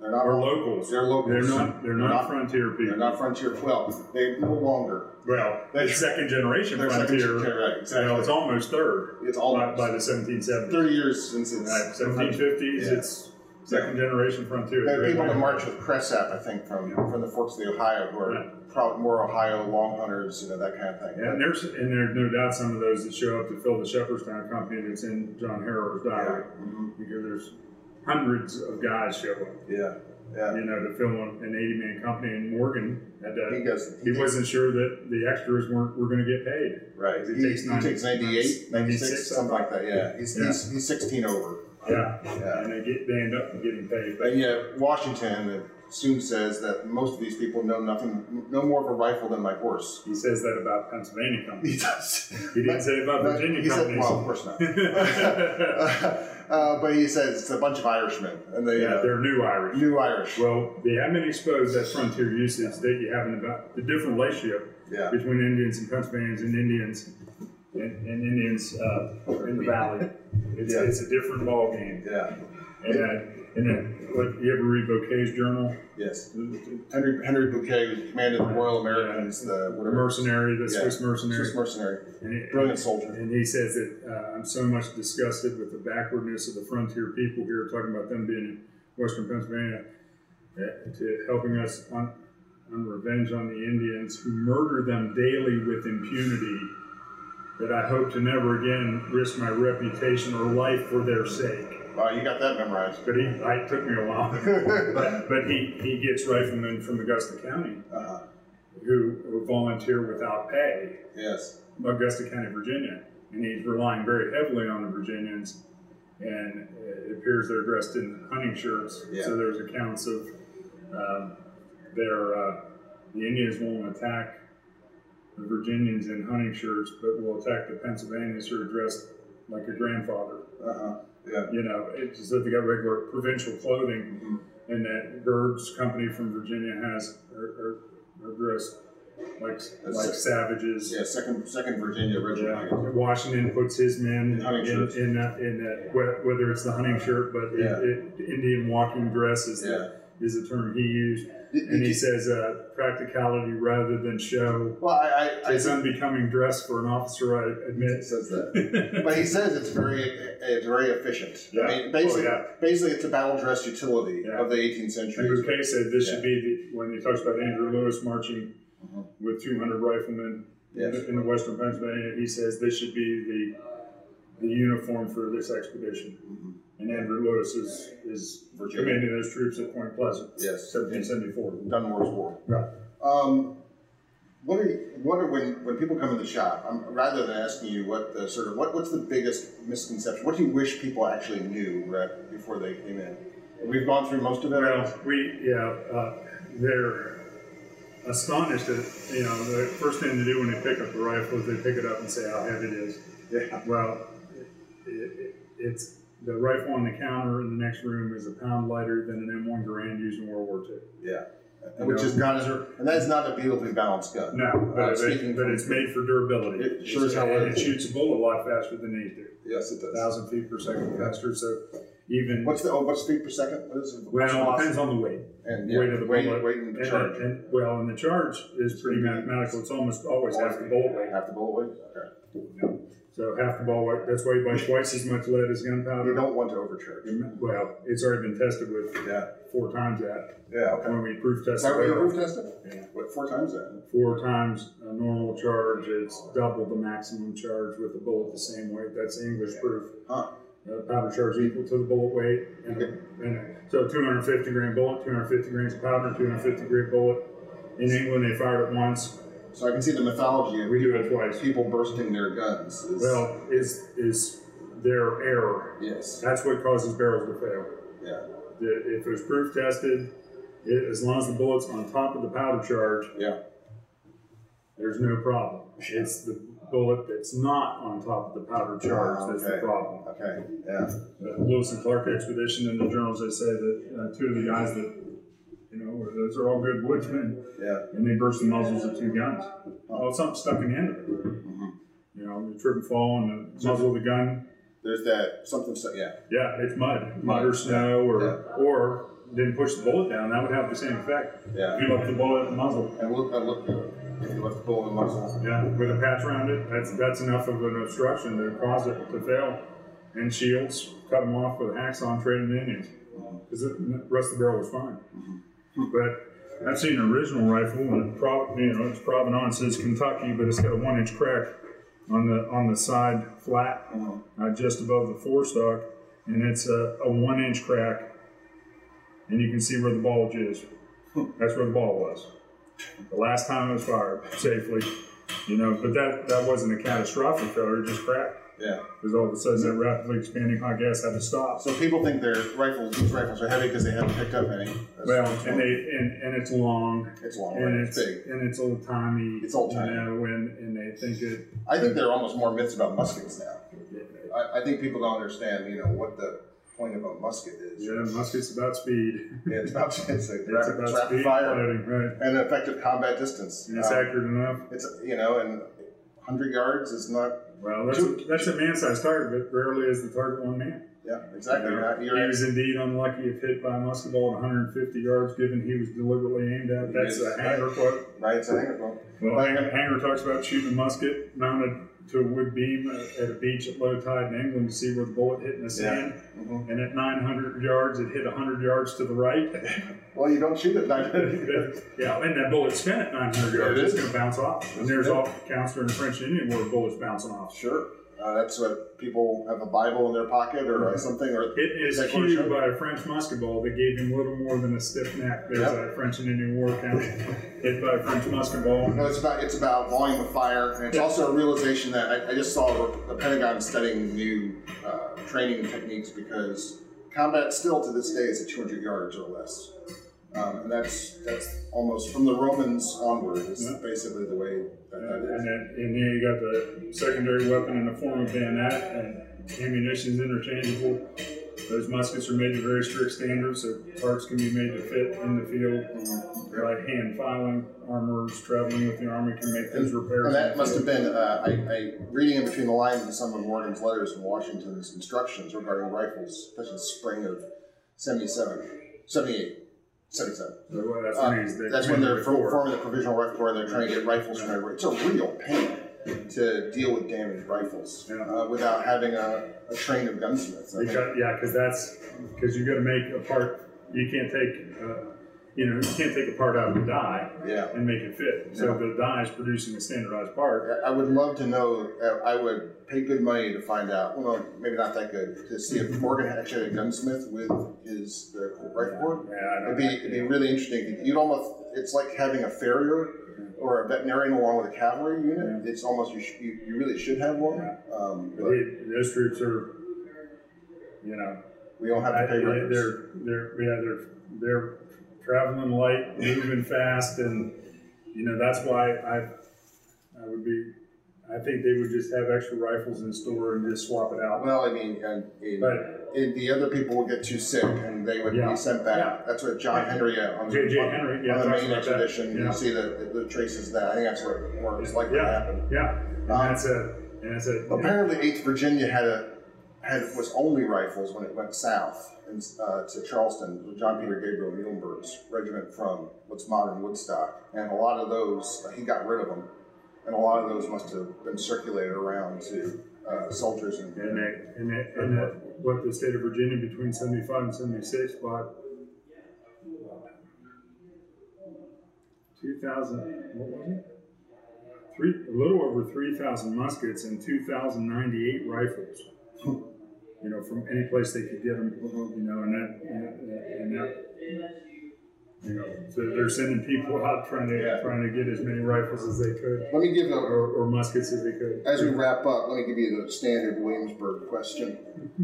S3: They're not
S2: are locals.
S3: They're locals.
S2: They're not, they're not frontier
S3: They're
S2: people.
S3: not frontier. Well, they no longer.
S2: Well,
S3: They're-
S2: they're second generation
S3: They're second-
S2: frontier.
S3: yeah, right,
S2: You know, it's
S3: exactly.
S2: almost third.
S3: It's all
S2: By, by the 1770s.
S3: thirty years since it's
S2: Right, 1750s,
S3: Yeah.
S2: it's second generation frontier.
S3: There are people that march with Cresap, I think, from from the forks of the Ohio, who are probably more Ohio long hunters, you know, that kind of thing.
S2: And there's, and there's no doubt some of those that show up to fill the Shepherdstown Company that's in John Harrow's diary.
S3: Mhm.
S2: Because there's hundreds of guys show up,
S3: yeah, yeah.
S2: you know, to fill an 80-man company, and Morgan had
S3: He
S2: that.
S3: goes.
S2: He wasn't sure that the extras weren't, were gonna get paid.
S3: right.
S2: he
S3: He,
S2: takes
S3: he
S2: 90
S3: takes 98, 96,
S2: 96,
S3: something like that. Yeah, he's
S2: Yeah.
S3: He's, he's sixteen over.
S2: Yeah,
S3: Yeah,
S2: and they get, they end up getting paid.
S3: but yeah, Washington soon says that most of these people know nothing, no more of a rifle than my horse.
S2: He says that about Pennsylvania
S3: He <laughs>
S2: companies.
S3: does.
S2: <laughs> He didn't say about
S3: But
S2: Virginia
S3: he said,
S2: companies.
S3: well, of course
S2: <laughs>
S3: not. <laughs> uh, but he says it's a bunch of Irishmen, and they
S2: Yeah,
S3: uh,
S2: they're new Irish.
S3: new Irish.
S2: Well, they haven't exposed that frontier usage that you have in about the different relationship
S3: Yeah.
S2: between Indians and Pennsylvanians and Indians and, and Indians uh, in the valley. It's,
S3: Yeah.
S2: it's a different ballgame.
S3: Yeah.
S2: And And then, what, you ever read Bouquet's journal?
S3: Yes. Henry Henry Bouquet commanded the Royal Americans, the
S2: The
S3: whatever
S2: mercenary, the
S3: Yeah.
S2: Swiss mercenary.
S3: Swiss mercenary,
S2: And it-
S3: brilliant soldier.
S2: And he says that uh, I'm so much disgusted with the backwardness of the frontier people here, talking about them being in Western Pennsylvania, uh, to helping us on, on revenge on the Indians who murder them daily with impunity, that I hope to never again risk my reputation or life for their sake.
S3: Wow, Uh, you got that memorized.
S2: But he, I, it took me a while.
S3: uh-huh.
S2: But, but he, he gets riflemen from Augusta County who, who volunteer without pay.
S3: Yes.
S2: Augusta County, Virginia, and he's relying very heavily on the Virginians. And it appears they're dressed in hunting shirts.
S3: Yeah.
S2: So there's accounts of um, their uh, the Indians won't attack the Virginians in hunting shirts, but will attack the Pennsylvanians who are dressed like a grandfather.
S3: Uh-huh. Yeah.
S2: You know, it's just that they got regular provincial clothing,
S3: Mhm.
S2: and that Bird's company from Virginia has are, are, are dressed like like savages.
S3: Yeah, second second Virginia
S2: Yeah,
S3: regiment.
S2: Washington puts his men in,
S3: Hunting shirts.
S2: in, that, in that, whe- whether it's the hunting shirt, but it-
S3: Yeah.
S2: it, Indian walking dress is,
S3: Yeah.
S2: the, is the term he used.
S3: Did-
S2: And
S3: did
S2: he
S3: you-
S2: says uh, practicality rather than show.
S3: well, I, I, I
S2: It's unbecoming dress for an officer, I
S3: It
S2: admit.
S3: says that,
S2: <laughs>
S3: but he says it's very it's very efficient.
S2: Yeah.
S3: I mean, basically,
S2: Oh, yeah.
S3: basically, it's a battle dress utility
S2: Yeah.
S3: of the 18th
S2: And
S3: century.
S2: Bouquet said this should
S3: Yeah.
S2: be, the, when he talks about Andrew Lewis marching
S3: Mhm.
S2: with 200 riflemen
S3: Yes.
S2: in the western Pennsylvania, he says this should be the, the uniform for this expedition.
S3: Mhm.
S2: And Andrew Lewis is, is
S3: Virginia.
S2: commanding those troops at Point Pleasant.
S3: Yes.
S2: Seventeen seventy-four.
S3: Dunmore's War.
S2: Right.
S3: Um, what are you, what are when when people come in the shop? I'm, rather than asking you what the sort of what what's the biggest misconception? What do you wish people actually knew right before they came in? We've gone through most of it.
S2: Well, we, yeah, uh, they're astonished that, you know, the first thing they do when they pick up the rifle is they pick it up and say how heavy it is.
S3: Yeah.
S2: Well, it, it, it's, the rifle on the counter in the next room is a pound lighter than an M1 Garand used in World War II.
S3: Yeah. Which is not as and that's not a beautifully balanced gun.
S2: No,
S3: Uh,
S2: but,
S3: speaking
S2: it, but
S3: from-
S2: it's made for durability.
S3: It sure as hell
S2: And
S3: is.
S2: it shoots a bullet a lot faster than these do.
S3: Yes, it does.
S2: Thousand feet per second faster, so even,
S3: What's the oh, what's feet per second? What is it?
S2: well, it depends on the weight.
S3: and yeah,
S2: weight of the
S3: weight,
S2: bullet.
S3: weight and
S2: And-
S3: charge.
S2: and- well, and the charge is pretty mathematical. It's almost always half the bullet weight.
S3: Half the bullet weight. Okay.
S2: So half the bullet weight, that's weighed by twice as much lead as
S3: You
S2: gunpowder.
S3: don't want to overcharge.
S2: Mm-hmm. Well, it's already been tested with
S3: Yeah.
S2: four times that
S3: Yeah. Okay.
S2: when we proof
S3: Is
S2: tested.
S3: that what you
S2: it.
S3: proof tested?
S2: Yeah.
S3: What four times that?
S2: Four times a normal charge, it's double the maximum charge with a bullet the same weight. That's English proof.
S3: Huh.
S2: Uh, powder charge equal to the bullet weight. And, a- and a- so 250 grain bullet, 250 grains of powder, 250 grain bullet. In England, they fired it once.
S3: So I can see the mythology of
S2: We do it twice.
S3: people bursting their guns. Is,
S2: Well, is is their error.
S3: yes.
S2: That's what causes barrels to fail.
S3: Yeah.
S2: The- If it was proof tested, it, as long as the bullet's on top of the powder charge,
S3: Yeah.
S2: there's no problem. It's the bullet that's not on top of the powder charge that's the
S3: Ah, okay.
S2: problem.
S3: Okay. Yeah.
S2: The Lewis and Clark expedition in the journals, they say that uh, two of the guys that you know, were- those are all good woodsmen,
S3: Yeah.
S2: and they burst the muzzles of two guns. Well, something stuck in the end of it.
S3: Mhm.
S2: You know, the trip and fall and the muzzle of the gun
S3: There's that something. So, yeah.
S2: Yeah, it's mud,
S3: Mud,
S2: mud or snow, or
S3: yeah.
S2: or didn't push the bullet down. That would have the same effect.
S3: Yeah.
S2: If you left the bullet at the muzzle,
S3: And look. I look. If you left the bullet in the muzzle.
S2: yeah, with a patch around it, that's that's enough of an obstruction to cause it to fail. And shields, cut them off with a hacksaw, trading Indians because the rest of the barrel was fine. But I've seen an original rifle, and it prob- you know its provenance is Kentucky, but it's got a one-inch crack on the on the side flat,
S3: Mhm.
S2: uh, just above the forestock, and it's a, a one-inch crack, and you can see where the bulge
S3: <laughs>
S2: is. That's where the ball was. The last time it was fired safely, you know. But that that wasn't a catastrophic failure; it just cracked.
S3: Yeah.
S2: Because all of a sudden, that rapidly expanding hot gas had to stop.
S3: So people think their rifles, these rifles, are heavy because they haven't picked up any. That's-
S2: Well, and they and, and it's long,
S3: it's long.
S2: and
S3: right?
S2: it's
S3: big.
S2: and it's old timey.
S3: It's old-timey.
S2: you know, and, and they think it.
S3: I think there are almost more myths about muskets now. I, I think people don't understand, you know, what the point of a musket is.
S2: Yeah, musket's about speed.
S3: Yeah, it's about it's a
S2: It's
S3: rapid,
S2: about
S3: rapid
S2: speed
S3: fire
S2: fighting, right?
S3: and effective combat distance.
S2: And it's
S3: Um,
S2: accurate enough.
S3: it's you know, and 100 yards is not.
S2: Well, that's a, that's a man-sized target, but rarely is the target one man.
S3: Yeah, exactly.
S2: Yeah.
S3: You're
S2: He
S3: right.
S2: was indeed unlucky if hit by a musket ball at 150 yards, given he was deliberately aimed at. That's a hanger quote.
S3: Right, it's a hanger quote.
S2: Well, Hang- Hanger talks about shooting a musket mounted to a wood beam uh, at a beach at low tide in England to see where the bullet hit in the sand.
S3: Mhm.
S2: And at 900 yards, it hit 100 yards to the right.
S3: <laughs> Well, you don't shoot it. Not
S2: yeah, and that bullet spin at 900 yards.
S3: It
S2: It's
S3: is.
S2: going to bounce off. And there's all counts during the French and Indian War, bullets bouncing off.
S3: <laughs> sure. Uh, that's what people have a Bible in their pocket or
S2: Mm-hmm.
S3: uh, something. Or
S2: It is
S3: Like one
S2: cued
S3: shot?
S2: by a French musket ball that gave him little more than a stiff neck. There's
S3: Yep.
S2: a French and Indian War count hit by a French musket ball. Uh,
S3: No, it's about it's about volume of fire, and it's
S2: Yeah.
S3: also a realization that I, I just saw the Pentagon studying new uh, training techniques because combat still to this day is at 200 yards or less, um, and that's that's almost from the Romans onward is
S2: Yeah.
S3: basically the way that
S2: And
S3: that is.
S2: then, and then you got the secondary weapon in the form of bayonet, and ammunition is interchangeable. Those muskets are made to very strict standards, so parts can be made to fit in the field.
S3: Mhm. Yeah.
S2: Like hand filing, armors traveling with the army can make those repairs.
S3: And
S2: in
S3: that
S2: the
S3: must have
S2: field.
S3: been, uh, I, I reading in between the lines in some of Morgan's letters in Washington's instructions regarding rifles, especially the spring of 77, 78, 77.
S2: So, well, that's
S3: Uh,
S2: when he's-
S3: That's when they're
S2: before.
S3: forming the provisional rifle corps and they're trying to get rifles from everywhere. It's a real pain to deal with damaged rifles
S2: Yeah.
S3: uh, without having a, a train of gunsmiths. I think.
S2: Because, yeah, because that's because you got to make a part. You can't take, uh, you know, you can't take a part out of a die
S3: Yeah.
S2: and make it fit. So
S3: Yeah.
S2: the die is producing a standardized part.
S3: I- I would love to know, uh, I would pay good money to find out, well, maybe not that good, to see if Morgan actually had a gunsmith with his the rifle corps.
S2: Yeah, I know.
S3: It'd be, it'd be really interesting. You'd almost, it's like having a farrier or a veterinarian along with a cavalry unit. It's almost, you, sh- you, you really should have one. Um,
S2: But
S3: but
S2: it- those troops are, you know,
S3: we don't have
S2: I-
S3: to pay
S2: they're
S3: records.
S2: they're yeah they're they're traveling light, moving fast, and you know that's why I I would be. I think they would just have extra rifles in store and just swap it out.
S3: Well, I mean, and, and,
S2: But
S3: and the other people would get too sick and they would
S2: Yeah.
S3: be sent back.
S2: Yeah.
S3: That's what John Henry uh, on,
S2: J.J.
S3: on-
S2: Henry,
S3: on
S2: yeah,
S3: the
S2: talks
S3: main
S2: about that.
S3: expedition,
S2: Yeah.
S3: you see the, the traces of that. I think that's where, where it's likely to
S2: Yeah.
S3: happen.
S2: yeah, and
S3: Um,
S2: that's a and that's a
S3: Apparently, 8th Virginia had a had was only rifles when it went south and, uh, to Charleston. John Peter Gabriel Muhlenberg's regiment from what's modern Woodstock, and a lot of those uh, he got rid of them, and a lot of those must have been circulated around to uh, soldiers and.
S2: And that, and that, and that, what the state of Virginia between seventy-five and seventy-six bought. Two thousand, what was it? Three, a little over three thousand muskets and two thousand ninety-eight rifles. You know, from any place they could get them,
S3: Mhm.
S2: you know, and that, and that- and that. You know, so they're sending people out trying to,
S3: Yeah.
S2: trying to get as many rifles as they could,
S3: Let me give a,
S2: or, or muskets as they could.
S3: As we wrap up, let me give you the standard Williamsburg question.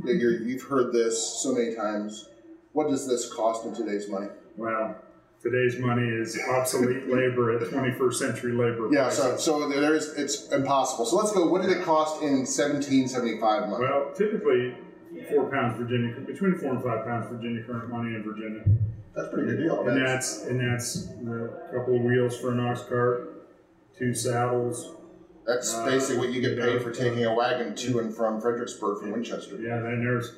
S3: That you're, you've heard this so many times. What does this cost in today's money?
S2: Well, today's money is obsolete labor at 21st century labor.
S3: Yeah, so,
S2: prices.
S3: so there is it's impossible. So let's go. What did it cost in 1775 money?
S2: Well, typically, four pounds Virginia, between four and five pounds Virginia current money in Virginia.
S3: That's a pretty good deal.
S2: And
S3: That's-
S2: that's, and that's a couple of wheels for an ox cart, two saddles.
S3: that's
S2: uh,
S3: basically what you get paid for
S2: yeah.
S3: taking a wagon to and from Fredericksburg from Winchester.
S2: Yeah, then there's,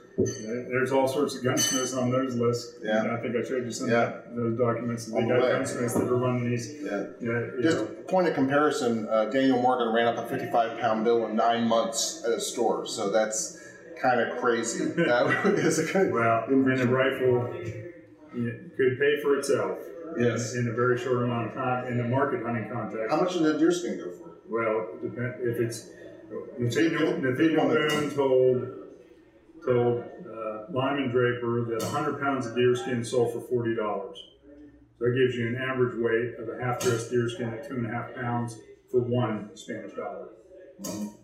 S2: there's all sorts of gunsmiths on those lists.
S3: Yeah.
S2: And I think I showed you some
S3: Yeah.
S2: of those documents. They
S3: On the
S2: got
S3: way.
S2: gunsmiths that are running these.
S3: Yeah.
S2: Yeah, you
S3: Just
S2: know.
S3: point of comparison, uh, Daniel Morgan ran up a 55 pound bill in nine months at a store. So that's kind of
S2: <laughs>
S3: crazy. That is a good.
S2: Well, and the rifle you know, could pay for itself.
S3: Yes.
S2: In a very short amount of time in the market hunting
S3: How
S2: context.
S3: much did the deerskin go for?
S2: Well, it depend, if it's, Nathaniel,
S3: Big- big
S2: Nathaniel
S3: one.
S2: Boone told, told uh, Lyman Draper that hundred pounds of deerskin sold for forty dollars. So that gives you an average weight of a half-dressed deerskin at two and a half pounds for one Spanish dollar.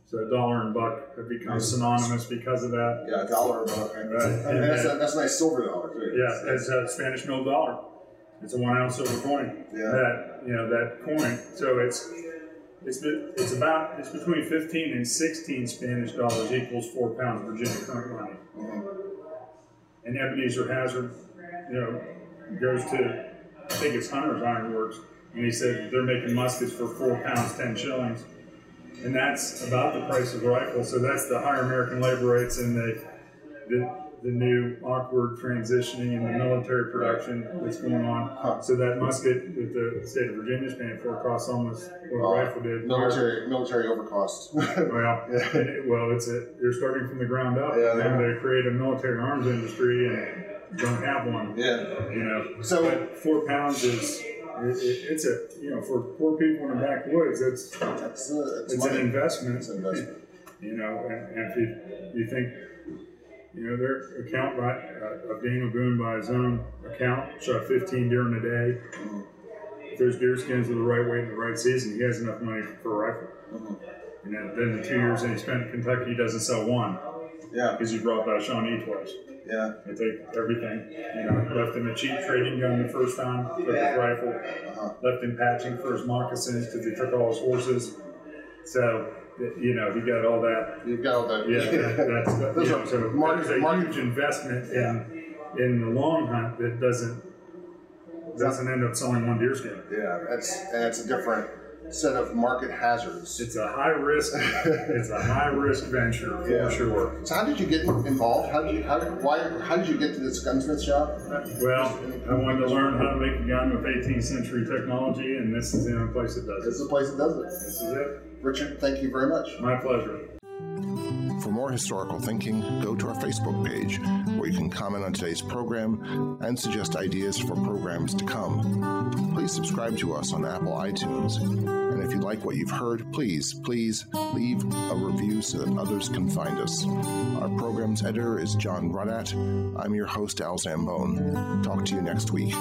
S2: So dollar and buck have become synonymous because of that.
S3: Yeah, a dollar a buck. Right.
S2: And
S3: that's,
S2: then-
S3: a, that's a nice silver dollar, too.
S2: Yeah, it's a Spanish mill dollar. It's a one ounce silver coin.
S3: Yeah.
S2: That you know that coin. So it's it's be- it's about it's between fifteen and sixteen Spanish dollars equals four pounds Virginia current money.
S3: Mhm.
S2: And Ebenezer Hazard, you know, goes to I think it's Hunter's Ironworks, and he said they're making muskets for four pounds ten shillings, and that's about the price of a rifle. So that's the higher American labor rates and the the the new awkward transitioning in the military production that's going on.
S3: Huh.
S2: So that musket that the state of Virginia's paying for costs almost what a rifle did.
S3: Military, military overcost. <laughs>
S2: Well,
S3: Yeah.
S2: and it- well, it's a, you're starting from the ground up.
S3: Yeah, they
S2: and
S3: are.
S2: they create a military arms industry and don't have one.
S3: yeah.
S2: You know,
S3: So,
S2: but four pounds is it, it, it's a you know for poor people in the backwoods, it's
S3: that's, uh, it's
S2: it's an
S3: money.
S2: investment.
S3: It's an investment.
S2: You know, and, and if you, you think, you know, their account by, uh, of Daniel Boone by his own account shot 15 deer in a day.
S3: Mhm.
S2: If those deer skins are the right weight in the right season, he has enough money for a rifle.
S3: Mhm.
S2: You know, then the two years that he spent in Kentucky, he doesn't sell one
S3: Yeah,
S2: because he brought by Shawnee twice.
S3: yeah.
S2: I take everything, you know, left him a cheap trading gun the first time, took his rifle,
S3: Uh-huh.
S2: left him patching for his moccasins because he took all his horses. So, you know, he got all that.
S3: You've got all that.
S2: Yeah, that- that's, that,
S3: Those
S2: yeah,
S3: are
S2: so
S3: market-
S2: there's a
S3: market-
S2: huge investment in, in the long hunt that doesn't, doesn't end up selling one deer skin.
S3: <laughs> Yeah, that's and it's a different set of market hazards.
S2: It's a high risk, it's a high risk venture
S3: Yeah.
S2: for sure.
S3: <laughs> so how did you get involved? How did you how, why how did you get to this gunsmith shop?
S2: Well, I wanted to learn how to make a gun with eighteenth century technology and this is the only place that
S3: This is
S2: does it.
S3: the place that does
S2: This is it.
S3: it. Richard, thank you very much.
S2: My pleasure.
S1: For more historical thinking, go to our Facebook page, where you can comment on today's program and suggest ideas for programs to come. Please subscribe to us on Apple iTunes. And if you like what you've heard, please, please leave a review so that others can find us. Our program's editor is John Rudat. I'm your host, Al Zambone. Talk to you next week.